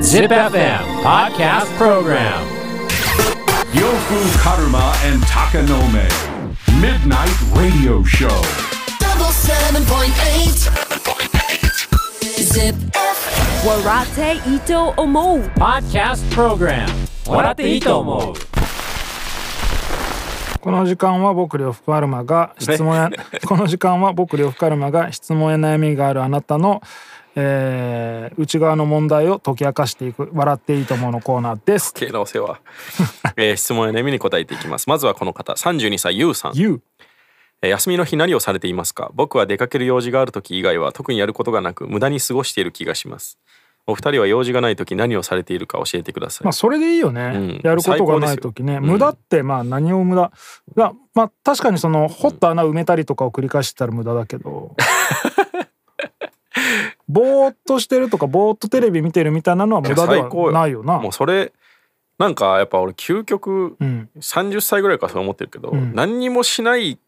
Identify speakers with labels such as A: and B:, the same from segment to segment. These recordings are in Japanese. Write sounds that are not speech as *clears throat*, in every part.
A: Zip FM Podcast Program
B: Yofu Karuma and Takanome. Midnight Radio Show.
C: double seven point eight. Zip.
D: Warate Ito Omo
A: Podcast Program 笑っていいと思う
E: この時間は僕両夫カルマが質問や、 *laughs* この時間は僕両夫カルマが質問や悩みがあるあなたの、えー内側の問題を解き明かしていく笑っていいと思うのコーナーです。
F: 系なお世話、えー質問や悩みに答えていきますまずはこの方32歳ゆうさん、
E: You
F: えー休みの日何をされていますか僕は出かける用事がある時以外は特にやることがなく無駄に過ごしている気がしますお二人は用事がない時何をされているか教えてください、
E: まあそれでいいよね、
F: うん
E: やることがない時ね、
F: 最高ですようん
E: 無駄ってまあ何を無駄がまあ確かにその掘った穴埋めたりとかを繰り返してたら無駄だけどぼーっとしてるとかぼーっとテレビ見てるみたいなのは無駄で
F: 最高
E: はないよな
F: もうそれなんかやっぱ俺究極
E: うん
F: 30歳ぐらいからそう思ってるけど、
E: ん
F: 何にもしない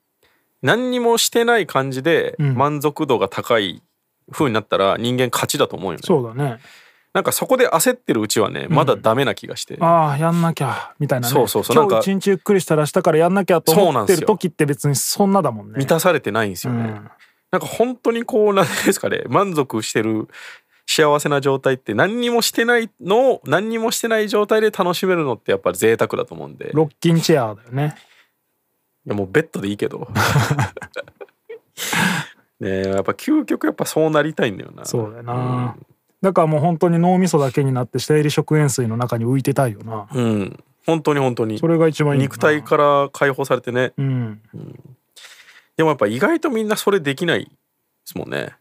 F: 何にもしてない感じで
E: うん
F: 満足度が高い風になったら人間勝ちだと思うよね、
E: そうだね
F: なんかそこで焦ってるうちはねまだダメな気がして、
E: ああやんなきゃみたいなね
F: そうそうそう
E: 今
F: なん
E: 日
F: か
E: 一日ゆっくりしたら明日からやんなきゃと
F: そう
E: 思
F: なん
E: って
F: です
E: る
F: よ
E: 時って別にそんなだもんね
F: 満たされてないんですよね、
E: うん
F: なんか本当にこうなんですかね満足してる幸せな状態って何にもしてないのを何にもしてない状態で楽しめるのってやっぱ贅沢だと思うんでい
E: ロッキンチェアだよね
F: やもうベッドでいい
E: *laughs*
F: けどねえやっぱ究極やっぱそうなりたいんだよな
E: そうだよな、だからもう本当に脳みそだけになって下入り食塩水の中に浮いてたいよな
F: うん本当に本当に
E: それが一番いいよな
F: 肉体から解放されてね
E: うん
F: でもやっぱ意外とみんなそれできないですもんね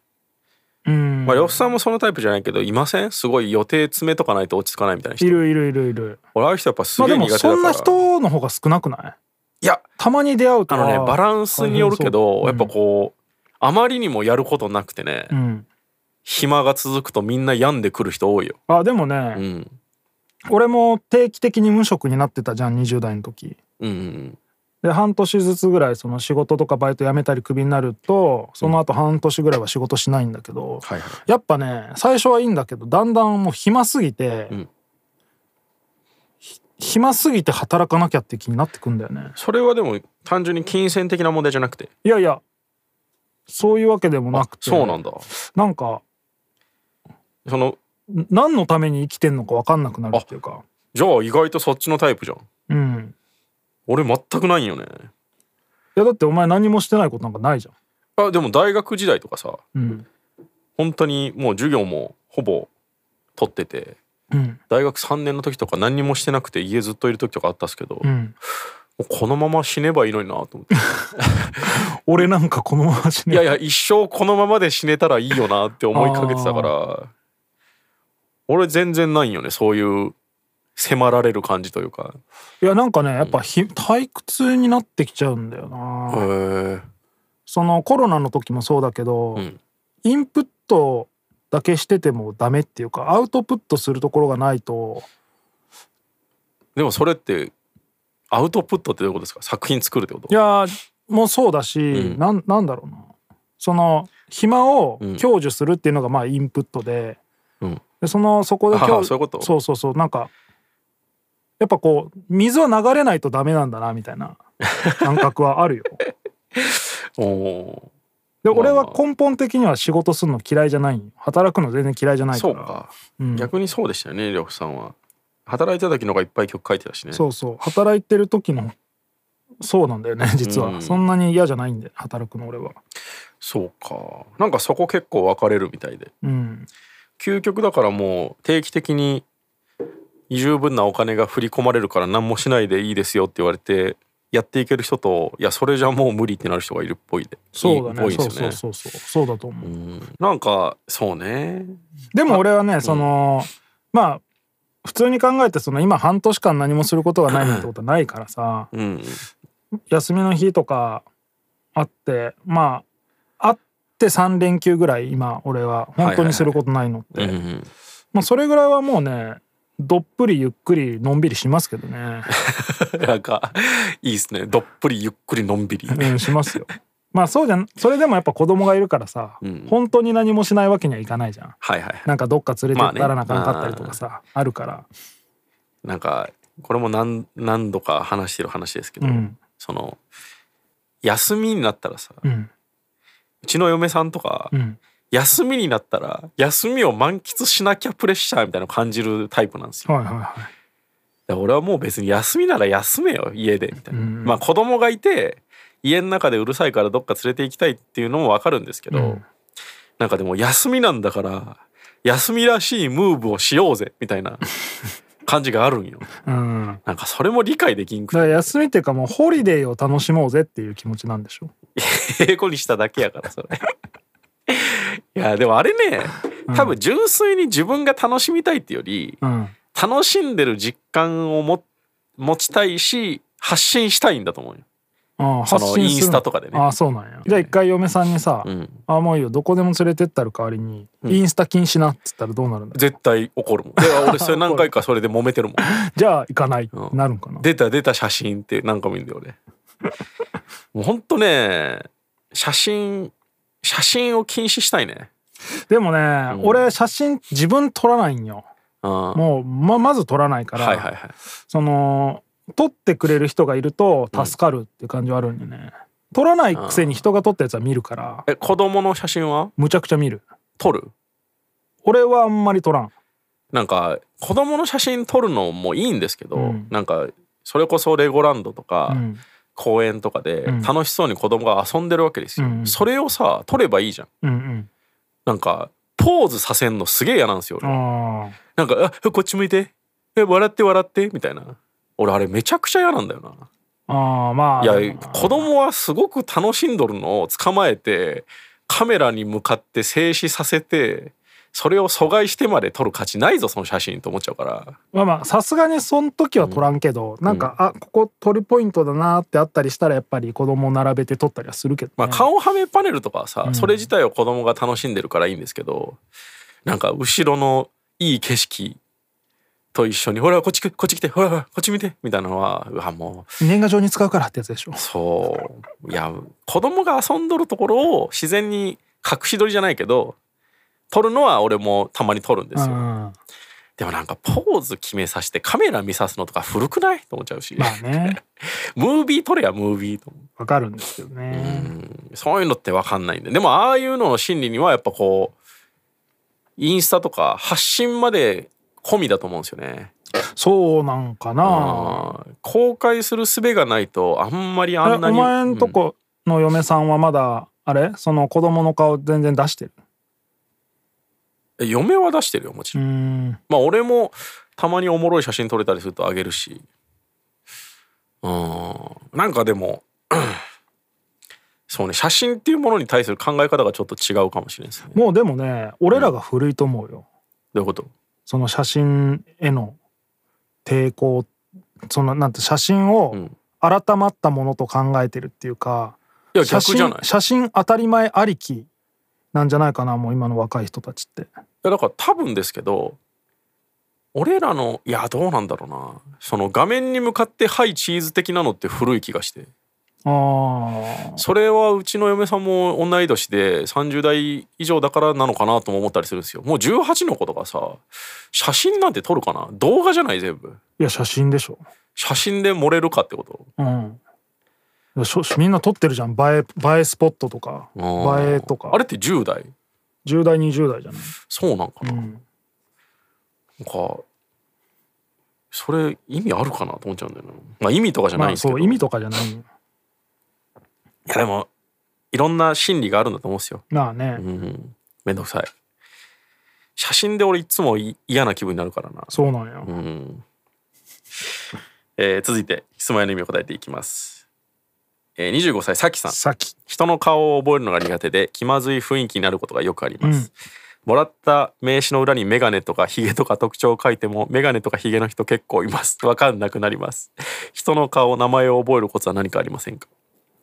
E: うん、
F: まあ呂布さんもそのタイプじゃないけどいませんすごい予定詰めとかないと落ち着かないみたいない人
E: るいるいるいる
F: 俺ああいう人やっぱす
E: まあ
F: げ
E: で
F: え苦
E: も
F: 手だか
E: そ
F: ら
E: んな人の方が少なくない
F: いや
E: たまに出会うと
F: あのねバランスによるけどや
E: 大変
F: っ
E: そ
F: ぱ
E: う
F: こうあまりにもやることなくてね、
E: うん、うん
F: 暇が続くとみんな病んでくる人多いよ、
E: あでもね、
F: うん、
E: 俺も定期的に無職になってたじゃん20代の時
F: うんうん
E: で半年ずつぐらいその仕事とかバイト辞めたりクビになるとその後半年ぐらいは仕事しないんだけど、
F: はいはい
E: やっぱね最初はいいんだけどだんだんもう暇すぎて、
F: うん
E: ひ暇すぎて働かなきゃって気になってくんだよね
F: それはでも単純に金銭的な問題じゃなくて
E: いやいやそういうわけでもなくて
F: そうなんだ
E: なんか
F: その
E: ん何のために生きてんのか分かんなくなるっていうか
F: じゃあ意外とそっちのタイプじゃん
E: うん
F: 俺全くないんよね
E: いやだってお前何もしてないことなんかないじ
F: あでも大学時代とかさ
E: ゃんうん
F: 本当にもう授業もほぼ取ってて
E: うん
F: 大学3年の時とか何にもしてなくて家ずっといる時とかあったっすけど、
E: う
F: も
E: ん
F: うこのまま死ねばいいのになと思って
E: 俺なんかこのまま死
F: い
E: ね
F: やいや一生このままで死ねたらいいよなって思いかけてたから俺全然ないんよねそういう迫られる感じというか
E: いやなんかねやっぱひ退屈になってきちゃうんだよな、
F: へえ
E: そのコロナの時もそうだけど、
F: うん
E: インプットだけしててもダメっていうかアウトプットするところがないと
F: でもそれってアウトプットってどういうことですか作品作るってこと
E: いやーもうそうだし、
F: うん
E: なんなんだろうなその暇を
F: うん
E: 享受するっていうのがまあインプットで,、
F: うん
E: でそのそこで
F: あー
E: 享
F: そういうこと
E: そうそうそうなんかやっぱこう水は流れないとダメなんだなみたいな感覚はあ
F: *laughs*
E: るよ。
F: おお
E: で
F: まあま
E: 俺
F: あ
E: は根本的には仕事するの嫌いじゃないんよ働くの全然嫌いじゃな
F: ー
E: いか
F: そ
E: ら
F: うか、
E: うん
F: 逆にそうでしたよね呂布さんは働いてた時の方がいっぱい曲書いてたしね
E: そうそう働いてる時のそうなんだよね実は、
F: うん
E: そんなに嫌じゃないんで働くの俺は
F: そうかなんかそこ結構分かれるみたいで
E: うん
F: 究極だからもう定期的に十分なお金が振り込まれるから何もしないでいいですよって言われてやっていける人といやそれじゃもう無理ってなる人がいるっぽいで
E: そうだ
F: い
E: ね
F: いっぽ
E: そ
F: いうです
E: そう
F: よ
E: そう
F: ね
E: そうそうだと思う、
F: うんなんかそうね
E: でも俺はねそのまあ普通に考えてその今半年間何もすることがないなんてことはないからさ
F: うん
E: 休みの日とかあってまああって3連休ぐらい今俺は本当にすることないのって、
F: うんうん
E: まあそれぐらいはもうねどっぷりゆっくりのんびりしますけど
F: *laughs*
E: ね、
F: なんかいいですねどっぷりゆっくりのんびり
E: うん、しますよまあそうじゃんそれでもやっぱ子供がいるからさ、
F: うん
E: 本当に何もしないわけにはいかないじゃん
F: はいはい
E: なんかどっか連れてったら
F: まあね
E: 仲良かったりとかさ、あるから
F: なんかこれも何何度か話してる話ですけど、
E: うん
F: その休みになったらさ、う
E: うん
F: ちの嫁さんとか、
E: うん
F: 休みになったら休みを満喫しなきゃプレッシャーみたいなの感じるタイプなんですよ。
E: はいはいはい
F: だから俺はもう別に休みなら休めよ家でみたいな、
E: うん
F: まあ子供がいて家の中でうるさいからどっか連れて行きたいっていうのも分かるんですけど、
E: うん
F: なんかでも休みなんだから休みらしいムーブをしようぜみ
E: *laughs*
F: たいな感じがあるんよ
E: うんだ
F: なんかそれも理解できんく
E: から休みっていうかもうホリデーを楽しもうぜっていう気持ちなんでしょ
F: て英語にしただけやからそれ *laughs* いやでもあれね多分純粋に自分が楽しみたいってより、
E: うん
F: 楽しんでる実感をも持ちたいし発信したいんだと思うよ、
E: ああ
F: その
E: 発信する
F: インスタとかでね
E: ああそうなんやじゃあ一回嫁さんにさ「
F: うん、
E: ああもういいよどこでも連れてったる代わりに、インスタ禁止な」っつったらどうなるんだ
F: 絶対怒るもん
E: *laughs*
F: で俺それ何回かそれで揉めてるもん
E: じゃあ行かないって
F: うん
E: なるんかな、
F: 出た出た写真って何回も言うんだよ俺もうほんとね写真写真を禁止したいね
E: でもね、俺写真自分撮らないんよ
F: あ
E: もうままず撮らないか
F: あ
E: ら、
F: はいはいはい
E: その撮ってくれる人がいると助かるっていう感じはあるんでね、撮らないくせに人が撮ったやつは見るから
F: え子供の写真は
E: むちゃくちゃ見る
F: 撮る
E: 俺はあんまり撮らん
F: なんか子供の写真撮るのもいいんですけど、
E: うん
F: なんかそれこそレゴランドとか、
E: うん
F: 公園とかで
E: ん
F: 楽しそうに子供が遊んでるわけですよ、
E: うん
F: それをさ撮ればいいじゃん
E: うん
F: なんかポーズさせんのすげえ嫌なんですよ
E: う
F: 俺
E: んああ
F: なんか「あこっち向いてえ笑って笑って」みたいな俺あれめちゃくちゃ嫌なんだよな
E: ああまあ
F: いや子供はすごく楽しんどるのを捕まえてカメラに向かって静止させてそれを阻害してまで撮る価値ないぞその写真と思っちゃうから
E: まあまあさすがにその時は撮らんけど、なんか、あここ撮るポイントだなってあったりしたらやっぱり子供を並べて撮ったりはするけど、ね
F: まあ、顔はめパネルとかはさ、
E: うん
F: それ自体を子供が楽しんでるからいいんですけどなんか後ろのいい景色と一緒に「ほらこっち来こっち来てほらほらこっち見て」みたいなのはうわも
E: 年賀状に使うからってやつでしょ
F: うそういや子供が遊んどるところを自然に隠し撮りじゃないけど撮るのは俺もたまに撮るんですよ、
E: うん
F: でもなんかポーズ決めさせてカメラ見さすのとか古くないと思っちゃうし、
E: まあね
F: *laughs* ムービー撮れやムービーと思う
E: わかるんですけどね、
F: そういうのって分かんないんででもああいうのの心理にはやっぱこうインスタとか発信まで込みだと思うんですよね
E: そうなんかな
F: あー公開する術がないとあんまり
E: あれ
F: あ
E: お
F: んなに
E: 前んと
F: うん
E: この嫁さんはまだあれその子供の顔全然出してる
F: え嫁は出してるよもち
E: う
F: ろ
E: ん
F: ん、まあ俺もたまにおもろい写真撮れたりするとあげるしうんなんかでも *clears throat* そうね写真っていうものに対する考え方がちょっと違うかもしれないですね
E: もうでもね俺らが古いと思うよ、
F: どういうこと
E: その写真への抵抗そのなんて写真
F: う
E: を
F: ん
E: 改まったものと考えてるっていうか、
F: いや
E: 写
F: 逆
E: 真
F: じゃない
E: 写真当たり前ありきなんじゃないかなもう今の若い人たちって
F: いやだから多分ですけど俺らのいやどうなんだろうなその画面に向かって「はいチーズ」的なのって古い気がして
E: あー
F: それはうちの嫁さんも同い年で30代以上だからなのかなとも思ったりするんですよもう18の子とかさ写真なんて撮るかな動画じゃない全部
E: いや写真でしょ
F: 写真で盛れるかってこと
E: うんいやしょみんな撮ってるじゃん映え映えスポットとか映えとか
F: あれって10代
E: 10代20代じゃない
F: そうなんかな,、なんかそれ意味あるかなと思っちゃうんだよな、まあ、意味とかじゃ
E: ま
F: ない
E: あ
F: んですけど、
E: そう意味とかじゃないよ
F: いやでもいろんな心理があるんだと思うんですよ。
E: まあね、
F: うん、めんどくさい。写真で俺いつもい嫌な気分になるからな。
E: そうなんや、
F: うんえー続いて質問への意味を答えていきます。えー、25歳さきさん。
E: さっき
F: 人の顔を覚えるのが苦手で気まずい雰囲気になることがよくあります、もらった名刺の裏にメガネとかヒゲとか特徴を書いてもメガネとかヒゲの人結構いますわかんなくなります人の顔名前を覚えるコツは何かありませんか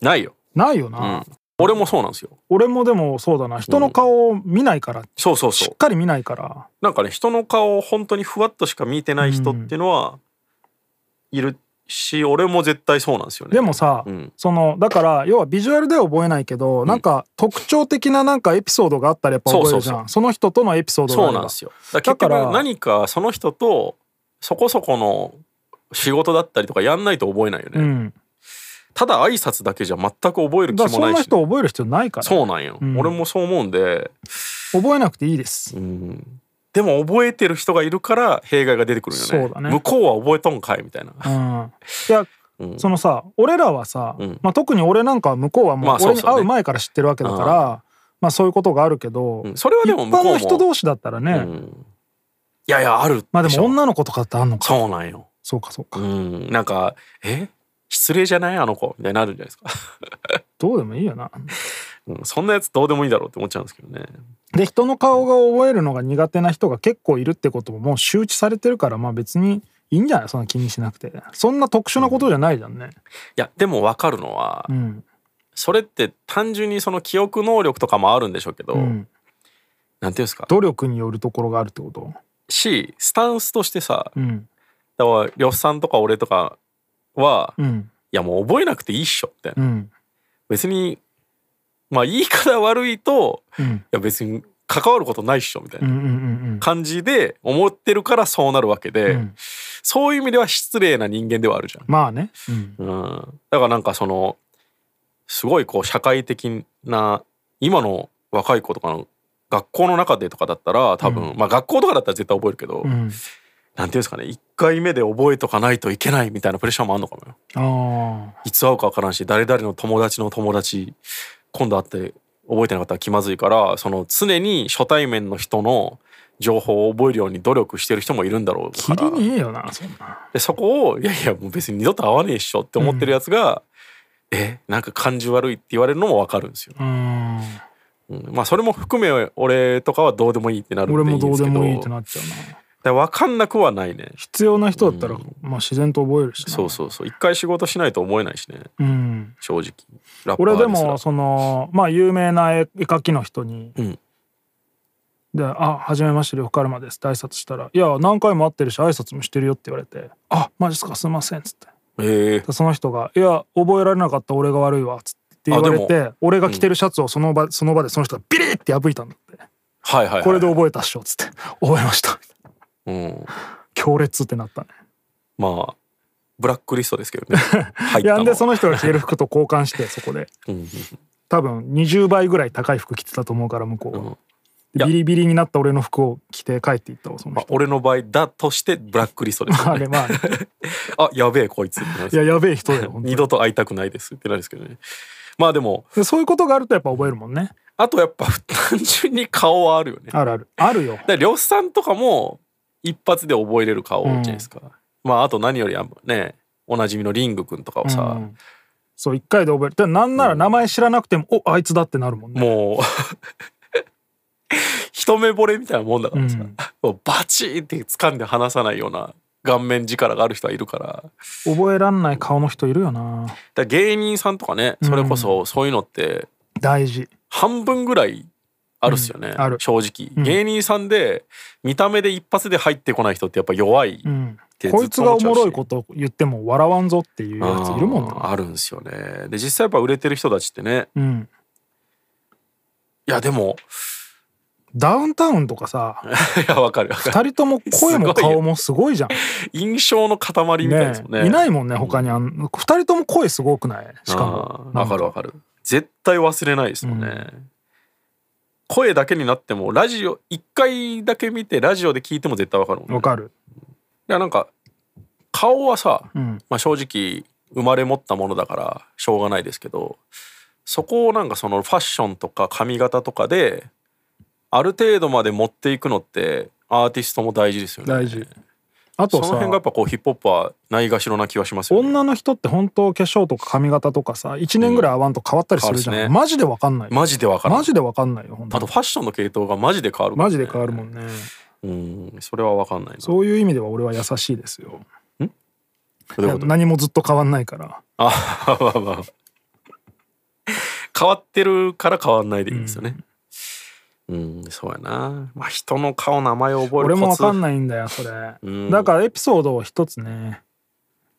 F: ないよ
E: ないよな、
F: 俺もそうなんですよ
E: 俺もでもそうだな人の顔を見ないから、
F: そうそう
E: し
F: そう
E: っかり見ないから
F: なんかね人の顔を本当にふわっとしか見てない人っていうのは、いるし俺も絶対そうなんですよね
E: でもさ、
F: うん
E: そのだから要はビジュアルでは覚えないけど、なんか特徴的ななんかエピソードがあったらやっぱ覚えるじゃんそ
F: そうそうそ
E: の人とのエピソードがあ
F: そ
E: れ
F: う
E: ば
F: なんですよだから結
E: だから
F: 局何かその人とそこそこの仕事だったりとかやんないと覚えないよ
E: う
F: ね、
E: ん、
F: ただ挨拶だけじゃ全く覚える気
E: だから
F: も
E: そ
F: なんい
E: な
F: し
E: 人覚える必要ないから
F: そうなんよ、
E: ん
F: 俺もそう思うんで、
E: 覚えなくていいです
F: うん、でも覚えてる人がいるから弊害が出てくるよね
E: そうだね
F: 向こうは覚えとんかいみたいな、
E: うんいや、
F: うん
E: そのさ俺らはさ、
F: ん
E: まあ、特に俺なんかは向こうはも
F: ま
E: う
F: あそう
E: 俺
F: そ
E: に
F: うね
E: 会う前から知ってるわけだから、まあそういうことがあるけど、
F: うんそれは
E: 一
F: でも向こ
E: 般
F: うも
E: の人同士だったらね、
F: うんいやいやある
E: まあで
F: しょ
E: も女の子とかってあんのか
F: そうなんよ
E: そうかそうか、
F: うんなんかえ失礼じゃないあの子みたいになるんじゃないですか、 *laughs*
E: どうでもいいよな
F: うん、そんなやつどうでもいいだろうって思っちゃうんですけどね
E: で人の顔が覚えるのが苦手な人が結構いるってことももう周知されてるからまあ別にいいんじゃないそんな気にしなくてそんな特殊なことじゃないじゃんね
F: いやでも分かるのは、
E: うん
F: それって単純にその記憶能力とかもあるんでしょうけど、
E: うん
F: なんていうんですか
E: 努力によるところがあるってこと
F: しスタンスとしてさ
E: うん
F: だから呂布さんとか俺とかは、い
E: うん
F: やもう覚えなくていいっしょって、
E: うん
F: 別にまあ言い方悪いと
E: うんうん
F: いや別に関わることないっしょみたい
E: うんう
F: なん感じで思ってるからそうなるわけで、
E: ん
F: そういう意味では失礼な人間ではあるじゃん。
E: まあね、うん、
F: うん、だからなんかそのすごいこう社会的な今の若い子とかの学校の中でとかだったら多分、まあ学校とかだったら絶対覚えるけど、
E: うん、
F: なんていうんですかね1回目で覚えとかないといけないみたいなプレッシャーもあんのかもよ。
E: あ
F: いつ会うか分からんし誰々の友達の友達今度会って覚えてなかったら気まずいからその常に初対面の人の情報を覚えるように努力してる人もいるんだろう
E: き
F: から
E: りねえよなそんな
F: でそこをいやいやもう別に二度と会わねえっしょって思ってるやつが、えなんか感じ悪いって言われるのも分かるんですよ、
E: うん
F: うんまあそれも含め俺とかはどうでもいいってなるんで
E: 俺もどうでもいい
F: ん
E: っ
F: す
E: て
F: けど
E: なっちゃうな
F: だから分かんなくはないね
E: 必要な人だったら、まあ自然と覚えるしな
F: そうそうそう一回仕事しないと思えないしね
E: うん
F: 正直ラッパ
E: 俺
F: ー
E: です
F: ら
E: もそのまあ有名な絵絵描きの人に「
F: うん
E: であ初めまして呂布カルマです」って挨拶したら「いや何回も会ってるし挨拶もしてるよ」って言われて「あマジっすかすいません」っつって
F: ええ
E: でその人が「いや覚えられなかった俺が悪いわ」っつって言われ
F: あで
E: て俺が着てるシャツをその場,、その場でその人がビリッて破いたんだって
F: はいはい、は
E: 「
F: い、
E: これで覚えたっしょ」っつって「覚えました」
F: うん、
E: 強烈ってなったね
F: まあブラックリストですけど
E: *laughs*
F: ね入っ
E: い
F: た
E: や
F: の
E: んでその人が着てる服と交換してそこで
F: うん
E: 多分20倍ぐらい高い服着てたと思うから向こうは、
F: いや
E: ビリビリになった俺の服を着て帰っていったわその
F: まあ
E: 人、
F: 俺の場合だとしてブラックリストです
E: *laughs* あ、
F: よ
E: れ
F: ね
E: まあね
F: *laughs* あやべえこいつってなるんです
E: い
F: よ
E: ややべえ人だよ本当に
F: 二度と会いたくないですってなるんですけどねまあでも
E: でそういうことがあるとやっぱ覚えるもんね
F: あとやっぱ単純に顔はあるよねだか
E: あるあるあるよ
F: ら呂布さんとかも一発で覚えれる顔じゃないですか、まああと何よりあんまねおなじみのリング君とかをさ、
E: うんそう一回で覚えるでなんなら名前知らなくても、おあいつだってなるもんね
F: もう一目惚れみたいなもんだからさ、
E: うん
F: もうバチーンって掴んで離さないような顔面力がある人はいるからだか
E: 覚えらんない顔の人いるよな
F: ら芸人さんとかねそれこそそういうのって
E: 大事
F: 半分ぐらいあるっすよね、
E: うんある
F: 正直、芸人さんで見た目で一発で入ってこない人ってやっぱ弱い、
E: うん
F: てずっと
E: こいつがおもろいこと言っても笑わんぞっていうやついるもん
F: あ
E: な
F: ーあるんですよねで実際やっぱ売れてる人たちってね
E: うん
F: いやでも *laughs*
E: ダウンタウンとかさ
F: いやわかるわ
E: *laughs*
F: かる
E: 2人とも声も顔もすごいじゃん
F: 印象の塊みたいですもんね
E: いないもんね他にあん2人とも声すごくないしかも
F: あーわかるわかる絶対忘れないですもんね、声だけになってもラジオ一回だけ見てラジオで聞いても絶対わかるもんね
E: わかる
F: いやなんか顔はさ、
E: ん
F: まあ、正直生まれ持ったものだからしょうがないですけどそこをなんかそのファッションとか髪型とかである程度まで持っていくのってアーティストも大事ですよね
E: 大事あ
F: そ
E: と
F: の
E: さ
F: 辺がやっぱこうヒップホップはないがしろな気はしますよね
E: 女の人って本当化粧とか髪型とかさ1年ぐらい合わんと変わったりするじゃん、
F: 変わるっすね
E: マジでわかんない
F: マジでわからん
E: マジでわかんないよ本
F: あ
E: 当
F: とファッションの系統がマジで変わるか
E: マ
F: らね、
E: ジで変わるもんね
F: うんそれはわかんないな
E: そういう意味では俺は優しいですよ
F: どういうこと
E: *laughs* いや何もずっと変わんないから
F: あまあまあ変わってるから変わんないでいいんですよねうん、そうやなまあ人の顔名前を覚えるコツ
E: 俺もわかんないんだよそれ、だからエピソードを一つね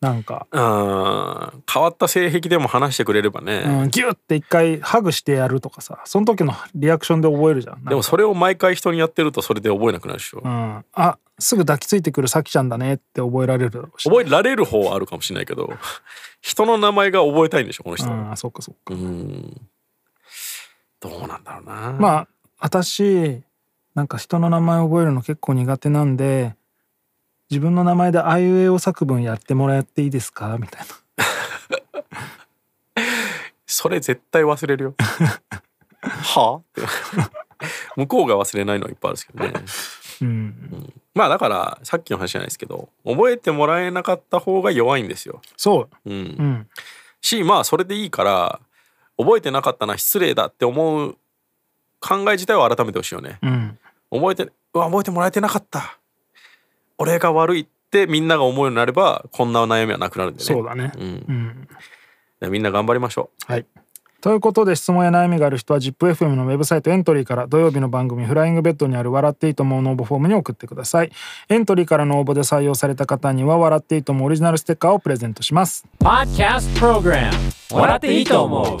E: なんか、
F: うん変わった性癖でも話してくれればね、
E: うん、ギュッて一回ハグしてやるとかさその時のリアクションで覚えるじゃん
F: でもそれを毎回人にやってるとそれで覚えなくなるでしょ、
E: うん、あすぐ抱きついてくるさきちゃんだねって覚えられるだろうし
F: 覚えられる方はあるかもしれない
E: *laughs*
F: けど人の名前が覚えたいんでしょこの人、
E: うん、そっかそっか、
F: どうなんだろうな、
E: まあ私なんか人の名前覚えるの結構苦手なんで自分の名前であいうえお作文やってもらっていいですかみたいな
F: それ絶対忘れ
E: *laughs*
F: るよはあって *laughs* 向こうが忘れないのはいっぱいあるんですけどね、うんまあだからさっきの話じゃないですけど覚えてもらえなかった方が弱いんですよ
E: そう
F: うん、
E: ん
F: しまあそれでいいから覚えてなかったな失礼だって思う考え自体は改めてほしいよね、
E: うん
F: 覚えてうわ覚えてもらえてなかった俺が悪いってみんなが思うようになればこんな悩みはなくなるんでね
E: そうだね、
F: だからみんな頑張りましょ
E: はいということで質問や悩みがある人は ZIPFM のウェブサイトエントリーから土曜日の番組「フライングベッド」にある「笑っていいと思う」の応募フォームに送ってくださいエントリーからの応募で採用された方には「笑っていいと思う」オリジナルステッカーをプレゼントします
A: Podcast Program 笑っていいと思う